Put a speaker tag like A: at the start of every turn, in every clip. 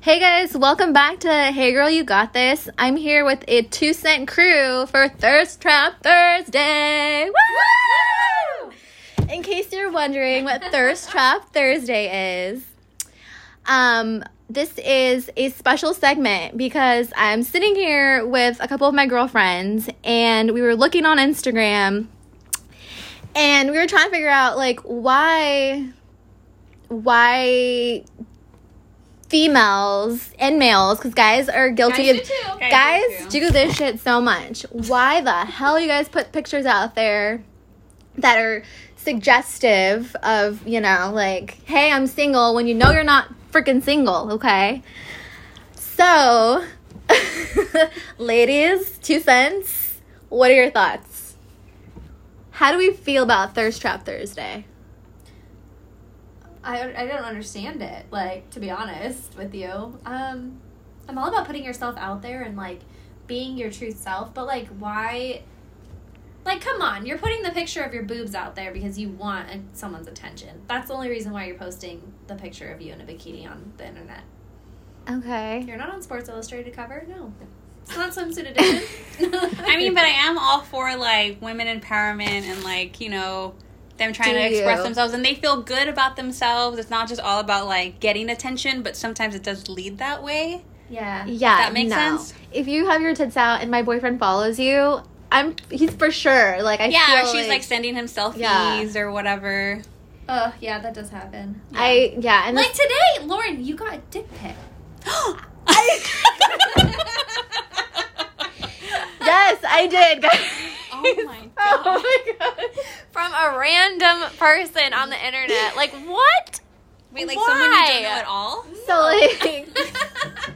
A: Hey guys, welcome back to Hey Girl You Got This. I'm here with a two cent crew for Thirst Trap Thursday. Woo! In case you're wondering what Thirst Trap Thursday is, um, this is a special segment because I'm sitting here with a couple of my girlfriends and we were looking on Instagram and we were trying to figure out like why why females and males because guys are guilty
B: Guys
A: of
B: do too. Guys
A: guys
B: do
A: do, this shit so much why the hell you guys put pictures out there that are suggestive of you know like hey i'm single when you know you're not freaking single okay so ladies two cents what are your thoughts how do we feel about thirst trap thursday
B: I, I don't understand it. Like to be honest with you, um, I'm all about putting yourself out there and like being your true self. But like, why? Like, come on, you're putting the picture of your boobs out there because you want uh, someone's attention. That's the only reason why you're posting the picture of you in a bikini on the internet.
A: okay
B: You're not on Sports Illustrated cover, no. It's not swimsuit edition.
C: I mean, but I am all for like women empowerment and like you know them trying
A: Do
C: to express
A: you?
C: themselves and they feel good about themselves. It's not just all about like getting attention, but sometimes it does lead that way.
B: yeah.
A: yeah
C: That makes
A: no.
C: sense?
A: if you have your tits out and my boyfriend follows you i'm he's for sure like i
C: yeah, or
A: feel
C: she's like, sending him selfies
A: Yeah.
C: or whatever.
B: Oh, yeah, that does happen.
A: i yeah and
B: Like today, Lauren, you got a dick pic.
A: Yes, I did, guys.
C: Oh my
A: Oh my god.
D: from a random person on the internet. Like what?
C: Wait, like someone you don't know
D: Why?
C: at all?
A: So like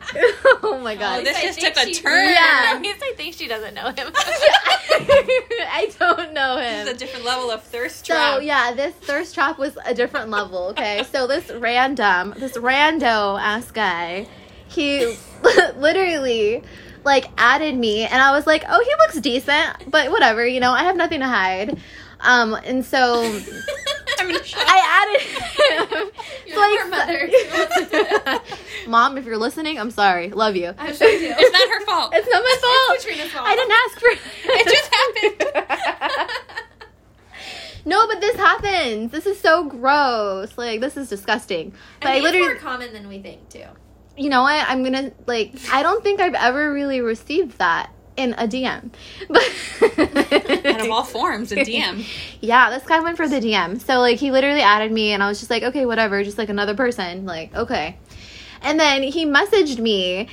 A: Oh my
C: Oh,
A: god.
C: this
B: I
C: just
B: think
C: took a
B: she-
C: turn.
A: Yeah.
D: At least I think she doesn't know him.
A: I don't know
C: This is a
A: him.
C: different level of thirst trap.
A: So yeah, this thirst trap was a different level, okay? So this random, this rando ass guy, he literally like added me and I was like, "Oh, he looks decent, but whatever, you know, I have nothing to hide." Um and so
C: I'm in shock.
A: I added him.
B: You're like her mother. She wants to-
A: Mom, if you're listening, I'm sorry. Love you.
B: I'm sure you do.
C: It's not her fault.
A: It's not my fault.
B: Katrina's fault.
A: I didn't ask for
C: it just happened.
A: No, but this happens. This is so gross. Like this is disgusting. But I,
B: I mean, it's
A: literally
B: more common than we think too.
A: you know what? I'm going to like I don't think I've ever really received that in a DM.
C: Out of
A: But
C: all forms, a DM.
A: Yeah, this guy went for the DM. So like he literally added me and I was just like, okay, whatever, just like another person. Like, okay. And then he messaged me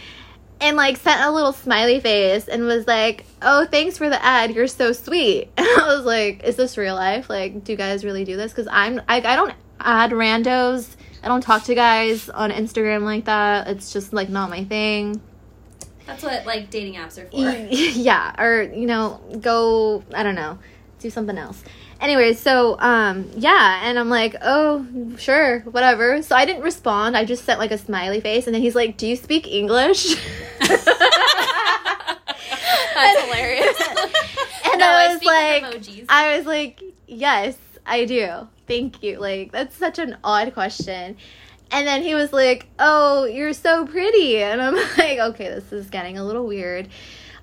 A: and like sent a little smiley face and was like, "Oh, thanks for the ad. You're so sweet." And I was like, "Is this real life? Like, do you guys really do this?" Because I'm I, I don't add randos. I don't talk to guys on Instagram like that. It's just like not my thing.
B: That's what like dating apps are for.
A: E, yeah, or you know, go I don't know, do something else. Anyway, so um yeah, and I'm like, "Oh, sure, whatever." So I didn't respond. I just sent like a smiley face and then he's like, "Do you speak English?"
D: That's hilarious.
A: And
B: No,
A: I was
B: speak with
A: like,
B: emojis.
A: I was like, yes, I do. Thank you. Like, that's such an odd question. And then he was like, oh, you're so pretty. And I'm like, okay, this is getting a little weird.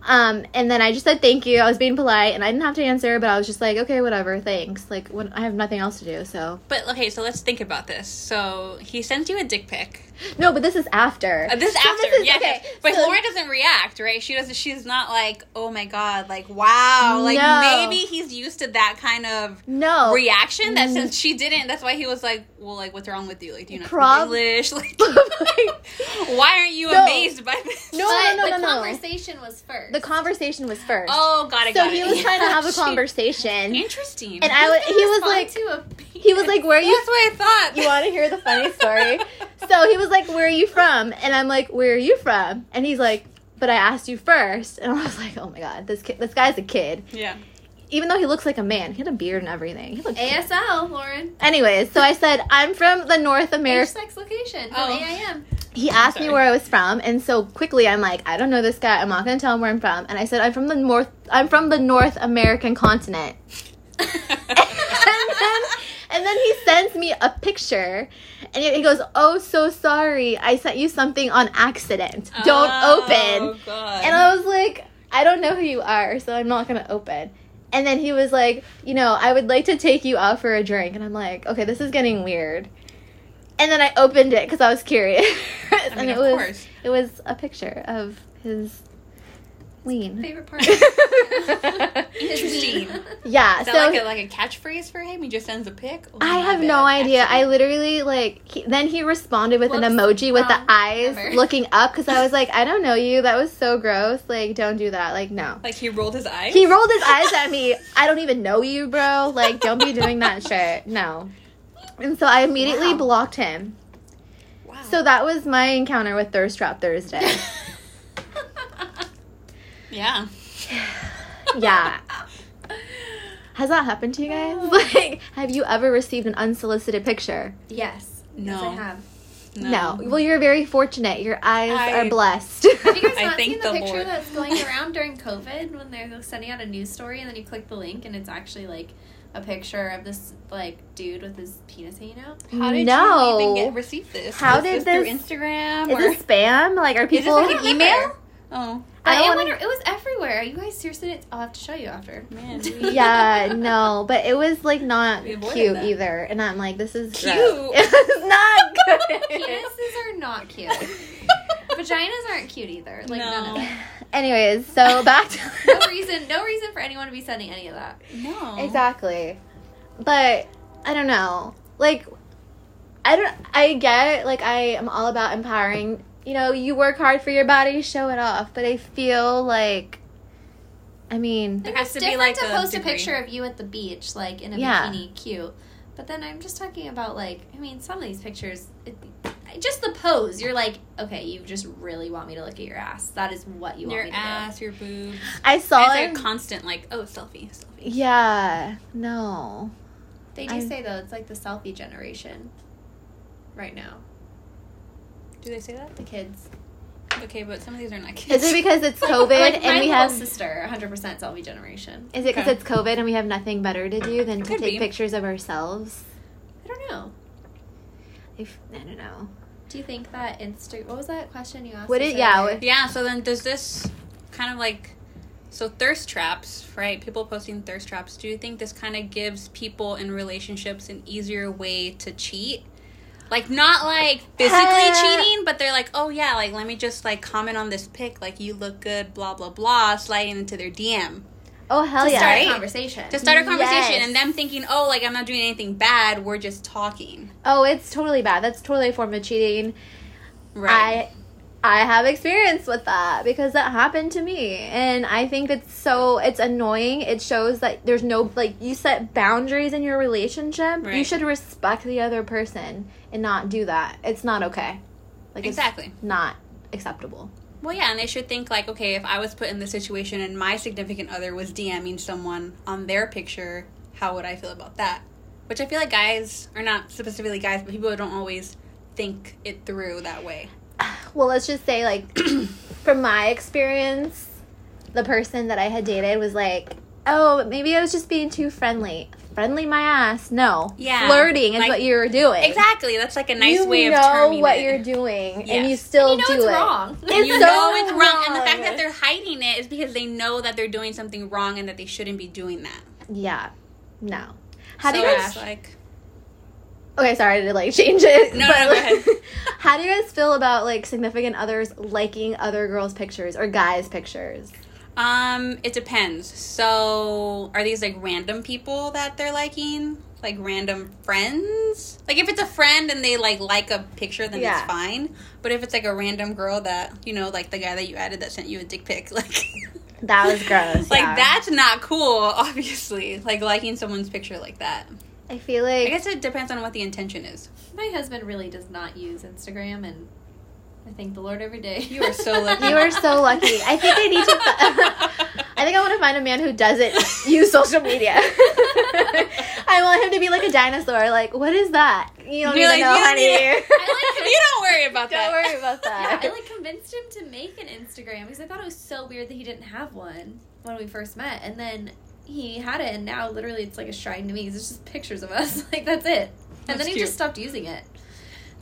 A: Um, and then I just said thank you. I was being polite and I didn't have to answer, but I was just like, okay, whatever, thanks. Like, when, I have nothing else to do, so.
C: But okay, so let's think about this. So he sends you a dick pic.
A: No, but this is after.
C: Uh, this
A: So
C: after,
A: this is-
C: yeah.
A: okay,
C: But
A: so-
C: Lauren doesn't react, right? She doesn't. She's not like, oh my god, like wow, like
A: No.
C: maybe he's used to that kind of
A: No. Mm.
C: reaction. That since she didn't, that's why he was like, well, like what's wrong with you? Like, do you know
A: Prob-
C: English? Like,
A: Like,
C: why aren't you
A: No.
C: amazed by this?
A: No, no,
B: but
A: no,
B: the
A: no, no.
B: conversation was first.
A: the conversation was first.
C: Oh, got it.
A: so
C: got
A: he
C: it. Oh,
A: was trying to have a
C: She-
A: conversation.
C: Interesting.
A: And I was, he was like, he was like, where are you
C: that's what I thought.
A: You want to hear the funny story? so he was like, "Where are you from?" And I'm like, "Where are you from?" And he's like, "But I asked you first. And I was like, "Oh my god, this kid, this guy's a kid.
C: yeah.
A: Even though he looks like a man, he had a beard and everything. He looked
B: ASL, Lauren.
A: Anyways, so I said, "I'm from the North
B: Age,
A: America."
B: sex, location.
C: Oh.
B: Oh, AIM.
A: He asked me
C: Sorry.
A: where I was from, and so quickly I'm like, "I don't know this guy. I'm not gonna tell him where I'm from." And I said, "I'm from the North. I'm from the North American continent." and then and then he sends me a picture and he goes, "Oh, so sorry. I sent you something on accident. Don't open."
C: Oh, God.
A: And I was like, I don't know who you are, so I'm not gonna open. And then he was like, you know, I would like to take you out for a drink. And I'm like, okay, this is getting weird. And then I opened it because I was curious.
C: I mean,
A: and it
C: of
A: was
C: course.
A: it was a picture of his lean.
B: Favorite part.
C: Interesting. Is
A: yeah,
C: that
A: so
C: like, a, like a catchphrase for him? He just sends a pic? Oh,
A: I
C: my
A: have
C: bad.
A: no idea. I
C: Accident.
A: literally like he, then he responded with an
B: Whoops.
A: emoji with the
B: Um,
A: eyes
B: never.
A: looking up because I was like, I don't know you. That was so gross. Like, don't do that. Like, no.
C: Like he rolled his eyes?
A: He rolled his eyes at me. I don't even know you, bro. Like, don't be doing that shit. No. And so I immediately
B: Wow.
A: blocked him.
C: Wow.
A: So that was my encounter with Thirst Trap Thursday.
C: yeah.
A: yeah. Has that happened to you guys? Like, have you ever received an unsolicited picture?
B: yes. Yes,
C: No.
B: I have.
A: No. Well, you're very fortunate. Your eyes
C: I-
A: are blessed.
B: Have you guys
C: I
B: not
C: thank
B: seen the,
C: the
B: picture
C: Lord.
B: that's going around during COVID when they're sending out a news story and then you click the link and it's actually like a picture of this like dude with his penis hanging out?
C: How did
A: no.
C: you even get, receive this?
A: How
C: Was
A: did
C: through
A: this-
C: Instagram?
A: Is
C: or
A: this spam? Like, are
C: Is this
A: people?
C: like an
B: I don't remember.
C: email? Oh,
A: I
B: I,
A: don't
B: am
A: wanna-
B: wonder. It was everywhere. You guys seriously? didn't- I'll have to show you after.
C: man.
A: yeah, no, but it was like not
C: We avoided
A: cute
C: that.
A: either, and I'm like, this is
C: Cute.
A: gross. It was not good.
B: Penises are not cute. Vaginas aren't cute either. Like none of
C: No.
B: it.
A: Anyways, so back to
B: No reason. No reason for anyone to be sending any of that.
C: No.
A: exactly, but I don't know. Like, I don't. I get like I am all about empowering. You know, you work hard for your body, show it off. But I feel like, I mean,
C: There
B: Like,
C: has
B: it's
C: to be,
B: different
C: like,
B: to
C: a
B: post
C: degree.
B: a picture of you at the beach, like in a
A: Yeah.
B: bikini, cute. But then I'm just talking about like, I mean, some of these pictures, it, just the pose. You're like, okay, you just really want me to look at your ass. That is what you want
C: Your
B: me to
C: ass, your boobs.
A: I
C: It's
A: saw
C: like
A: it.
C: a constant, like, oh, selfie, selfie.
A: yeah, no.
B: do. They do
A: I'm-
B: say though, it's like the selfie generation, right now.
C: Do they say that?
B: The kids.
C: Okay, but some of these are not kids.
A: Is it because it's COVID
B: Like, my
A: and we
B: little
A: have?
B: sister, 100 percent selfie generation.
A: Is it because
C: Okay.
A: it's COVID and we have nothing better to do than to
C: Could
A: take
C: be.
A: pictures of ourselves?
B: I don't know.
A: If, I don't know.
B: Do you think that Insta? What was that question you asked?
A: Would
B: us
A: it? Yeah.
B: earlier?
A: would-
C: Yeah, so then does this kind of like so thirst traps, right? People posting thirst traps. Do you think this kind of gives people in relationships an easier way to cheat? Like not like physically
A: Uh,
C: cheating, but they're like, "Oh yeah, like let me just like comment on this pic, like you look good, blah blah blah," sliding into their DM.
A: Oh hell
B: To
A: yeah!
B: start
C: Right.
B: a conversation.
C: To start a conversation
A: Yes.
C: and them thinking, "Oh, like I'm not doing anything bad, we're just talking."
A: Oh, it's totally bad. That's totally a form of cheating.
C: Right.
A: I I have experience with that because that happened to me and I think it's so it's annoying. It shows that there's no like you set boundaries in your relationship. You
C: Right.
A: should respect the other person and not do that. It's not okay. Like
C: exactly.
A: it's not acceptable.
C: Well, yeah, and they should think like, okay, if I was put in this situation and my significant other was DMing someone on their picture, how would I feel about that? Which I feel like guys, or not specifically guys, but people don't always think it through that way.
A: Well, let's just say like from my experience, the person that I had dated was like, "Oh, maybe I was just being too friendly." Friendly my ass. No.
C: Yeah.
A: Flirting is
C: Like-
A: what you're doing.
C: Exactly, that's like a nice
A: you
C: way of
A: know
C: terming
A: what
C: it.
A: you're doing, and
C: Yes.
A: you still
B: you know
A: do
B: it's
A: it.
B: wrong.
A: It's
C: you
A: so
C: know it's wrong, and the fact
A: wrong.
C: that they're hiding it is because they know that they're doing something wrong and that they shouldn't be doing that.
A: Yeah, no. How
C: so
A: do you guys?
C: it's like
A: Okay, sorry to like change it.
C: No, no, go ahead.
A: How do you guys feel about like significant others liking other girls' pictures or guys' pictures?
C: Um, it depends. So, are these like random people that they're liking? Like random friends? Like if it's a friend and they like like a picture, then
A: Yeah.
C: it's fine. But if it's like a random girl that you know, like the guy that you added that sent you a dick pic, like
A: That was gross.
C: like
A: yeah.
C: that's not cool. Obviously, like liking someone's picture like that.
A: I feel
C: I
A: like
C: guess it depends on what the intention is.
B: My husband really does not use Instagram, and I thank the Lord every day.
C: You are so lucky.
A: you are so lucky. I think I need to. I think I want to find a man who doesn't use social media. I want him to be like a dinosaur. Like, what is that? You don't even
C: You're like,
A: know,
C: you don't
A: honey.
C: need-
B: I like
C: you don't worry
A: Don't
C: about that.
A: worry about that.
B: I like convinced him to make an Instagram because I thought it was so weird that he didn't have one when we first met, and then he had it, and now literally it's like a shrine to me. 'cause It's just pictures of us, like that's it. And
C: That's
B: then he
C: cute.
B: just stopped using it.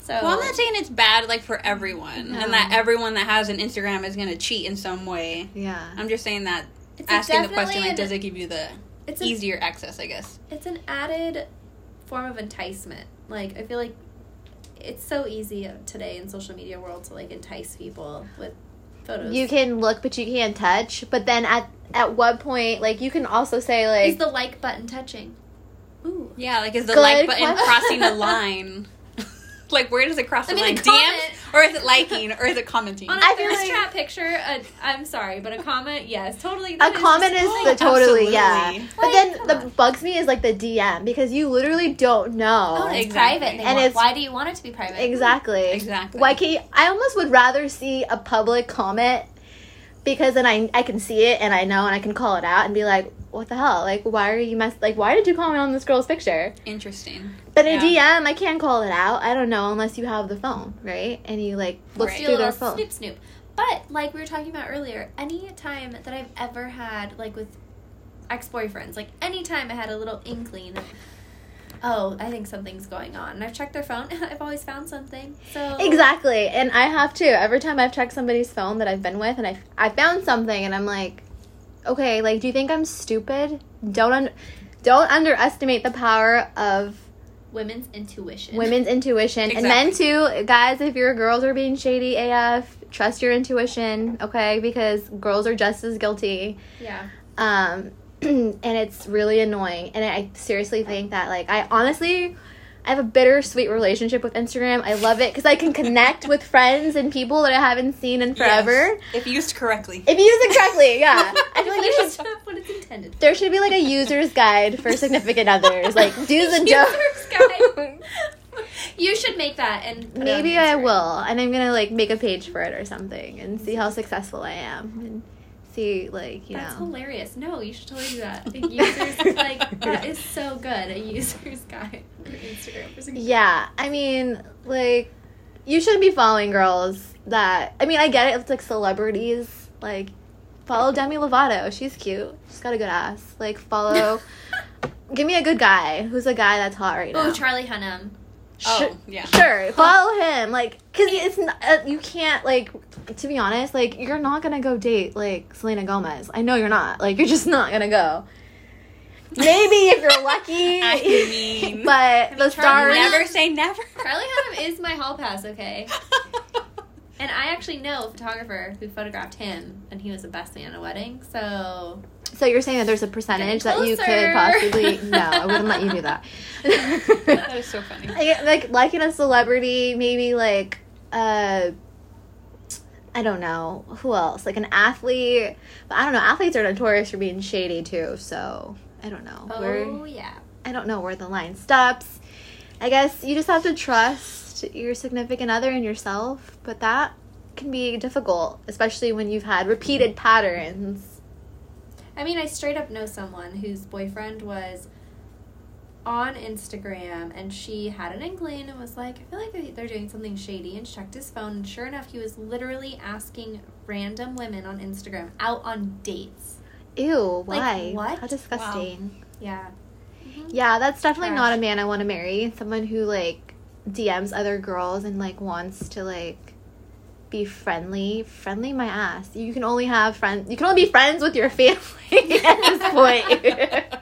B: So
C: Well, I'm not saying it's bad like for everyone,
A: No.
C: and that everyone that has an Instagram is gonna cheat in some way.
A: Yeah.
C: I'm just saying that
B: it's a
C: asking the
B: definitely
C: question like,
B: an-
C: does it give you the
B: it's a-
C: easier access? I guess.
B: it's an added form of enticement. Like I feel like it's so easy today in social media world to like entice people with photos.
A: You can look, but you can't touch. But then at at what point, like you can also say like
B: is the like button touching? Ooh.
C: Yeah, like is the
A: Good
C: like button
A: question.
C: crossing a line? like where does it cross
B: I
C: the
B: mean,
C: line?
B: a
C: DMs
B: comment-
C: or is it liking or is it commenting?
B: On a
A: I feel
B: thirst
A: like-
B: trap picture, a, I'm sorry, but a comment, yes, totally.
A: a
B: that
A: comment
B: just-
A: is
C: oh,
A: the totally yeah.
C: absolutely.
A: But
B: Like,
A: then
B: come
A: the
B: on.
A: bugs me is like the DM because you literally don't know.
B: Oh, it's
C: Exactly.
B: private. They
A: And
B: want-
A: it's-
B: why do you want it to be private?
A: Exactly.
C: Exactly.
A: Why can't you, I almost would rather see a public comment because then I I can see it and I know and I can call it out and be like, what the hell? Like, why are you mess? Like, why did you comment on this girl's picture?
C: Interesting.
A: But in
C: Yeah.
A: DM, I can't call it out. I don't know unless you have the phone, right? And you like look
C: Right.
B: Do a
A: through
B: little
A: their phone.
B: snoop snoop. But like we were talking about earlier, any time that I've ever had like with ex boyfriends, like any time I had a little inkling. of, Oh, I think something's going on. And I've checked their phone. I've always found something. So
A: Exactly, and I have too. Every time I've checked somebody's phone that I've been with, and I I found something, and I'm like, okay, like, do you think I'm stupid? Don't un- don't underestimate the power of
B: women's intuition.
A: women's intuition and men too. Guys, if your girls are being shady AF, trust your intuition, okay? Because girls are just as guilty.
B: Yeah.
A: um, and it's really annoying. And I seriously think that, like, I honestly, I have a bittersweet relationship with Instagram. I love it because I can connect with friends and people that I haven't seen in forever.
C: Yes, if used correctly.
A: If you use it correctly, yeah. I feel like you should.
B: what it's intended.
A: There should be like a user's guide for significant others, like do's and don'ts.
B: User's guide. you should make that and put it on
A: Maybe
B: your
A: I
B: Instagram.
A: will, and I'm gonna like make a page for it or something, and see how successful I am, and see like you
B: That's
A: know.
B: hilarious. No, you should totally do that. A user's like that is so good. A user's guide for Instagram for suggestions.
A: Yeah, I mean, like, you shouldn't be following girls that. I mean, I get it. It's like celebrities. Like, follow Demi Lovato. She's cute. She's got a good ass. Like, follow. give me a good guy. Who's a guy that's hot right now?
B: Oh, Charlie Hunnam.
A: Sh-
C: Oh, yeah.
A: Sure, follow him. Like, cause it's not, uh, you can't like. To be honest, like you're not gonna go date like Selena Gomez. I know you're not. Like you're just not gonna go. Maybe if you're lucky.
C: I mean-
A: but the stars.
B: Charlie-
C: Never say never.
B: Charlie Hunnam is my hall pass, okay? And I actually know a photographer who photographed him, and he was the best man at a wedding. So
A: So you're saying that there's a percentage that you could
B: closer.
A: possibly no, I wouldn't let you do that.
C: that is so funny.
A: I- like liking a celebrity, maybe like uh I don't know who else, like an athlete. But I don't know. Athletes are notorious for being shady too, so I don't know
B: oh
A: where
B: yeah,
A: I don't know where the line stops. I guess you just have to trust your significant other and yourself, but that can be difficult, especially when you've had repeated patterns.
B: I mean, I straight up know someone whose boyfriend was on Instagram, and she had an inkling and was like, I feel like they- they're doing something shady, and checked his phone. And sure enough, he was literally asking random women on Instagram out on dates.
A: Ew,
B: Like,
A: why?
B: what?
A: How disgusting.
B: Yeah,
A: Yeah, that's definitely
B: Trash.
A: not a man I want to marry. Someone who like DMs other girls and like wants to like be friendly. Friendly my ass. You can only have friends you can only be friends with your family at this point.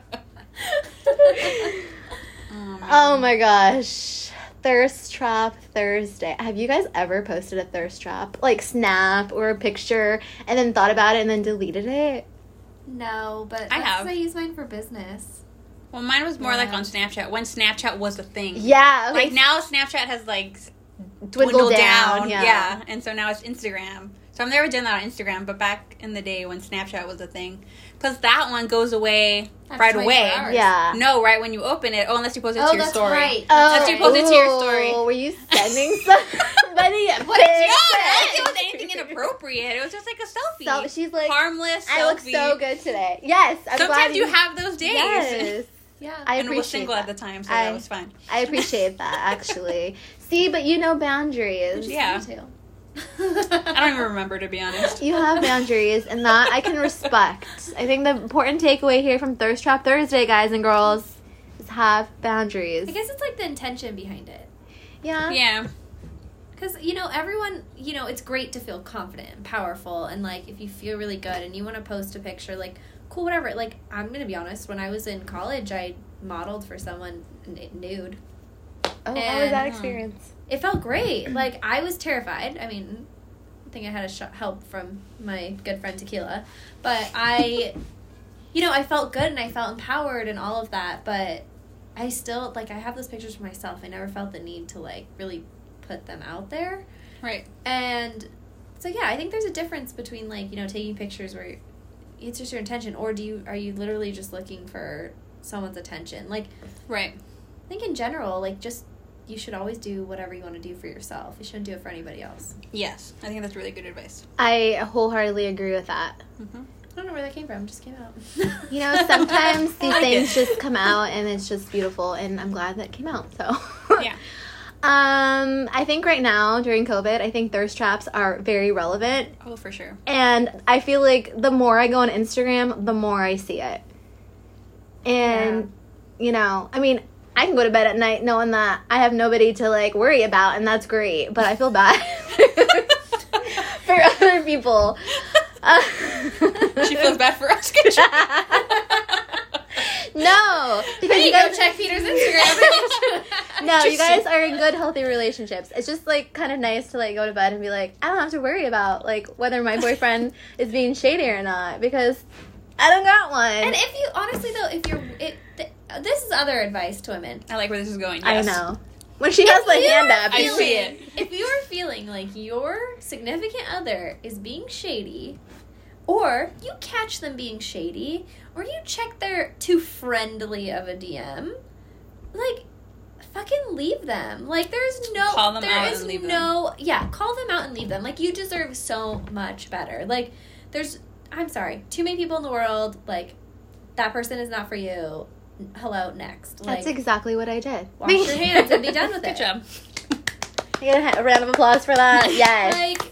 C: Oh, man.
A: oh my gosh. Thirst trap Thursday. Have you guys ever posted a thirst trap? Like snap or a picture and then thought about it and then deleted it?
B: no, but
C: I
B: that's
C: have.
B: 'cause I use mine for business.
C: Well, mine was more like
B: Yeah.
C: on Snapchat when Snapchat was a thing.
A: Yeah, okay.
C: Like now, Snapchat has like
A: dwindled, down.
C: Yeah.
A: yeah.
C: and so now it's Instagram. So I've never done that on Instagram, but back in the day when Snapchat was a thing, because that one goes away
B: After
C: right
B: 24
C: away.
B: hours.
A: Yeah.
C: No, right when you open it. Oh, unless you post it to
B: Oh,
C: your
B: that's
C: story.
B: right. Oh.
C: Let's do both. It's your story.
A: Oh, Were you sending somebody a
C: What? No, I
A: picture?
C: didn't do anything inappropriate. It was just like a selfie.
A: So she's like,
C: Harmless.
A: I look
C: selfie.
A: so good today. Yes, I'm glad
C: Sometimes you have those days.
A: Yes,
B: Yeah.
A: I
C: and was
A: appreciate
C: single
A: that.
C: at the time, so
A: I-
C: that was fine.
A: I appreciate that actually. See, but you know boundaries.
C: Yeah.
B: Me too.
C: I don't even remember to be honest.
A: You have boundaries, and that I can respect. I think the important takeaway here from Thirst Trap Thursday, guys and girls, is have boundaries.
B: I guess it's like the intention behind it.
A: Yeah.
C: Yeah.
B: Because, you know, everyone, you know, it's great to feel confident and powerful. And, like, if you feel really good and you want to post a picture, like, cool, whatever. Like, I'm going to be honest. When I was in college, I modeled for someone n- nude.
A: Oh, how was
C: um,
A: that
B: And-
A: experience?
B: It felt great. Like, I was terrified. I mean, I think I had a sh- help from my good friend Tequila. But I, you know, I felt good and I felt empowered and all of that. But I still, like, I have those pictures for myself. I never felt the need to, like, really put them out there.
C: Right.
B: And so yeah, I think there's a difference between like, you know, taking pictures where it's just your intention or do you are you literally just looking for someone's attention? Like
C: Right.
B: I think in general, like just you should always do whatever you want to do for yourself. You shouldn't do it for anybody else.
C: Yes. I think that's really good advice.
A: I wholeheartedly agree with that.
C: Mm-hmm.
B: I don't know where that came from. It just came out.
A: You know, sometimes
C: I
A: these
C: like
A: things
C: it.
A: just come out and it's just beautiful, and I'm glad that it came out. So,
C: Yeah.
A: Um, I think right now during COVID, I think thirst traps are very relevant,
C: Oh, for sure.
A: and I feel like the more I go on Instagram, the more I see it. And you know, I mean, I can go to bed at night knowing that I have nobody to like worry about, and that's great. But I feel bad for other people. Uh,
C: she feels bad for us. Good job.
A: no, because
B: you
A: you
B: go
A: guys
B: check Peter's Instagram.
A: No, you guys
C: Interesting.
A: are in good, healthy relationships. It's just like kind of nice to like go to bed and be like, I don't have to worry about like whether my boyfriend is being shady or not because I don't got one.
B: and if you honestly though, if you're it, th- this is other advice to women.
C: I like where this is going.
A: I
C: yes.
A: know when she has the
B: If
A: hand
B: you're
A: up,
C: I
A: you-
C: see it.
B: if you're feeling like your significant other is being shady, or you catch them being shady, or you check their too friendly of a DM, like fucking leave them. Like there's no
C: Call them
B: there
C: out
B: is
C: and leave them.
B: no yeah, call them out and leave them. Like you deserve so much better. Like there's I'm sorry, too many people in the world, like that person is not for you. Hello, next. Like
A: that's exactly what I did.
B: wash your hands and be done with
C: Good
B: it.
C: job.
A: You get a ha- a round of applause for that. Uh, Yes,
B: like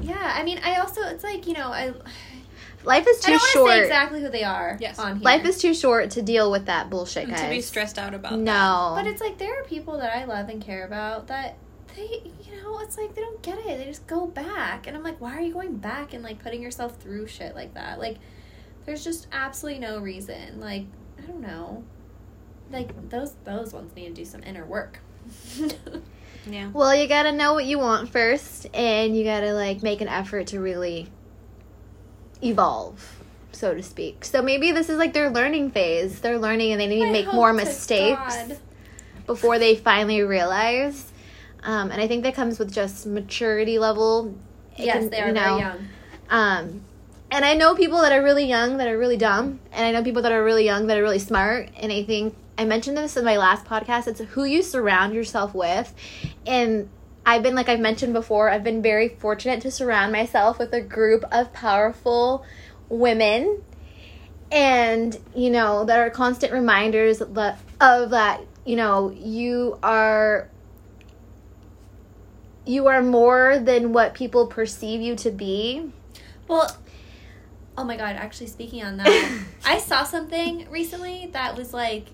B: yeah i mean i also it's like you know i,
A: life is
B: I
A: too
B: don't want to say
A: short.
B: exactly who they are
C: Yes.
B: on here
A: Life is too short to deal with that bullshit,
C: And
A: guys.
C: to be stressed out about that.
A: no,
B: but it's like there are people that i love and care about that they you know it's like they don't get it they just go back and i'm like why are you going back and like putting yourself through shit like that like there's just absolutely no reason like i don't know like those those ones need to do some inner work
C: Yeah.
A: Well, you gotta know what you want first, and you gotta like make an effort to really evolve, so to speak. So maybe this is like their learning phase. They're learning, and they need
B: I
A: to make
B: hope
A: more
B: to
A: mistakes
B: God.
A: before they finally realize. Um, and I think that comes with just maturity level. It
B: yes
A: can-
B: they are
A: you know,
B: very young
A: Um, and I know people that are really young that are really dumb, and I know people that are really young that are really smart. And I think I mentioned this in my last podcast. It's who you surround yourself with, and I've been like I've mentioned before. I've been very fortunate to surround myself with a group of powerful women, and you know that are constant reminders of the- of that. You know, you are you are more than what people perceive you to be.
B: Well, oh my god, actually speaking on that, I saw something recently that was like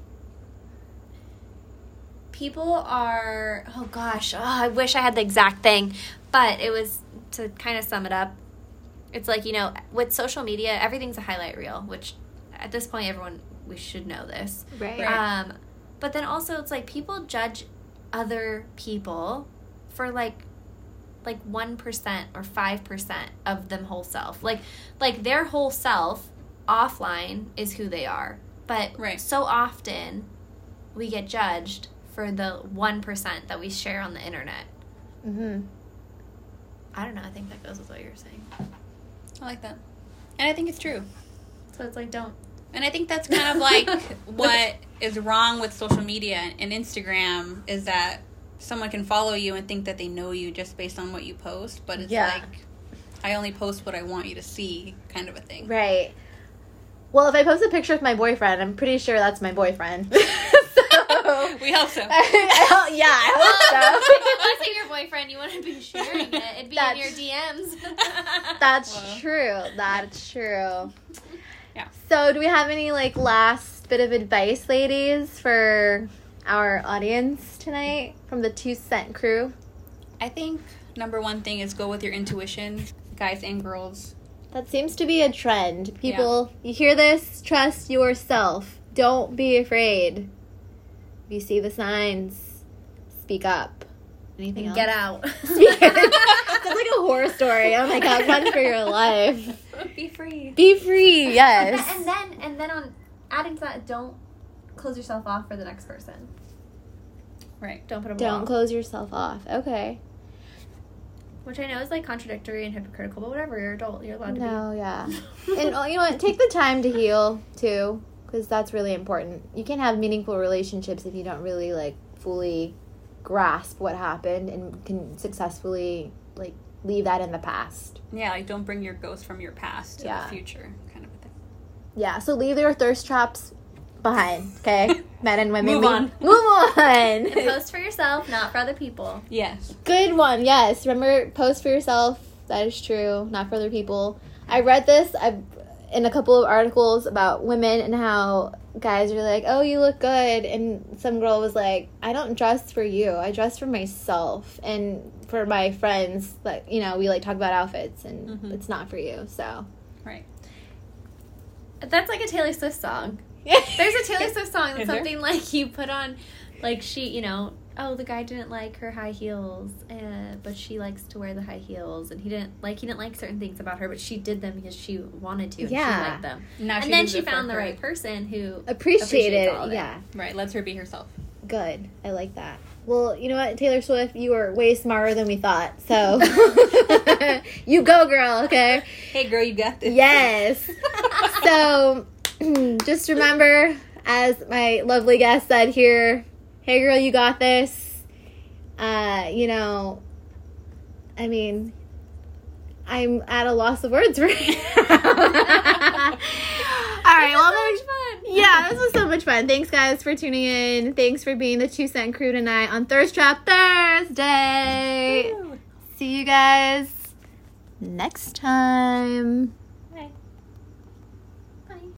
B: people are oh gosh, oh, I wish I had the exact thing, but it was to kind of sum it up. It's like, you know, with social media, everything's a highlight reel, which at this point everyone we should know this.
A: Right.
C: Right.
B: Um, but then also, it's like people judge other people for like like one percent or five percent of them whole self. Like like their whole self offline is who they are, but
C: Right.
B: so often we get judged for the one percent that we share on the internet.
A: Mm-hmm.
B: I don't know. I think that goes with what you're saying.
C: I like that. And I think it's true.
B: So it's like don't.
C: And I think that's kind of like what is wrong with social media and Instagram is that someone can follow you and think that they know you just based on what you post, but it's
A: Yeah.
C: like I only post what I want you to see kind of a thing.
A: Right. Well, if I post a picture of my boyfriend, I'm pretty sure that's my boyfriend. so,
C: We hope so.
A: I, yeah, I hope so.
B: If wasn't your boyfriend, you wouldn't be sharing it. It'd be in
A: That's-
B: your DMs.
A: That's
C: Well.
A: true. That's true.
C: Yeah.
A: So, do we have any like last bit of advice, ladies, for our audience tonight from the Two Cent Crew?
C: I think number one thing is go with your intuition, guys and girls.
A: That seems to be a trend. People, you hear this? Trust yourself. Don't be afraid. If you see the signs, speak up. Anything else?
B: Get out.
A: That's like a horror story. Oh my god, run for your life.
B: Be free.
A: Be free, yes.
B: And then and then on adding to that, don't close yourself off for the next person.
C: Right.
B: Don't put a
A: Don't
B: wall.
A: close yourself off. Okay.
B: Which I know is like contradictory and hypocritical, but whatever. You're adult. You're allowed
A: No, yeah.
B: to be.
A: And oh, you know what? Take the time to heal too, because that's really important. You can't have meaningful relationships if you don't really like fully grasp what happened and can successfully like leave that in the past.
C: Yeah, like don't bring your ghost from your past to
A: Yeah.
C: the future, kind of a thing.
A: Yeah. So leave your thirst traps behind. Okay, men and women.
C: Move
A: leave-
C: on.
A: Move on.
B: Post for yourself, not for other people.
C: Yes.
A: Good one. Yes. Remember, post for yourself. That is true. Not for other people. I read this. I in a couple of articles about women and how guys are like, "Oh, you look good," and some girl was like, "I don't dress for you. I dress for myself and for my friends." But you know, we like talk about outfits, and
B: Mm-hmm.
C: Mhm.
A: it's not for you. So.
C: Right.
B: That's like a Taylor Swift song. There's a Taylor Swift song that's
C: Is there?
B: something like you put on, like she, you know, oh the guy didn't like her high heels, uh, but she likes to wear the high heels, and he didn't like he didn't like certain things about her, but she did them because she wanted to. And
A: Yeah.
B: She liked them,
C: Now
B: and then
C: does
B: she
C: it for
B: found the
C: her.
B: right person who.
A: appreciate
B: Appreciates
A: it.
B: all of it.
A: Yeah.
C: Right. Lets her be herself.
A: Good. I like that. Well, you know what, Taylor Swift, you were way smarter than we thought. So you go, girl. Okay.
C: Hey, girl, you got this.
A: Yes. so just remember, as my lovely guest said here, hey girl, you got this. Uh, you know, I mean, I'm at a loss of words right now. All right, well, I'm gonna- yeah, this was so much fun. Thanks, guys, for tuning in. Thanks for being the two cent crew tonight on Thirst Trap Thursday. See you guys next time.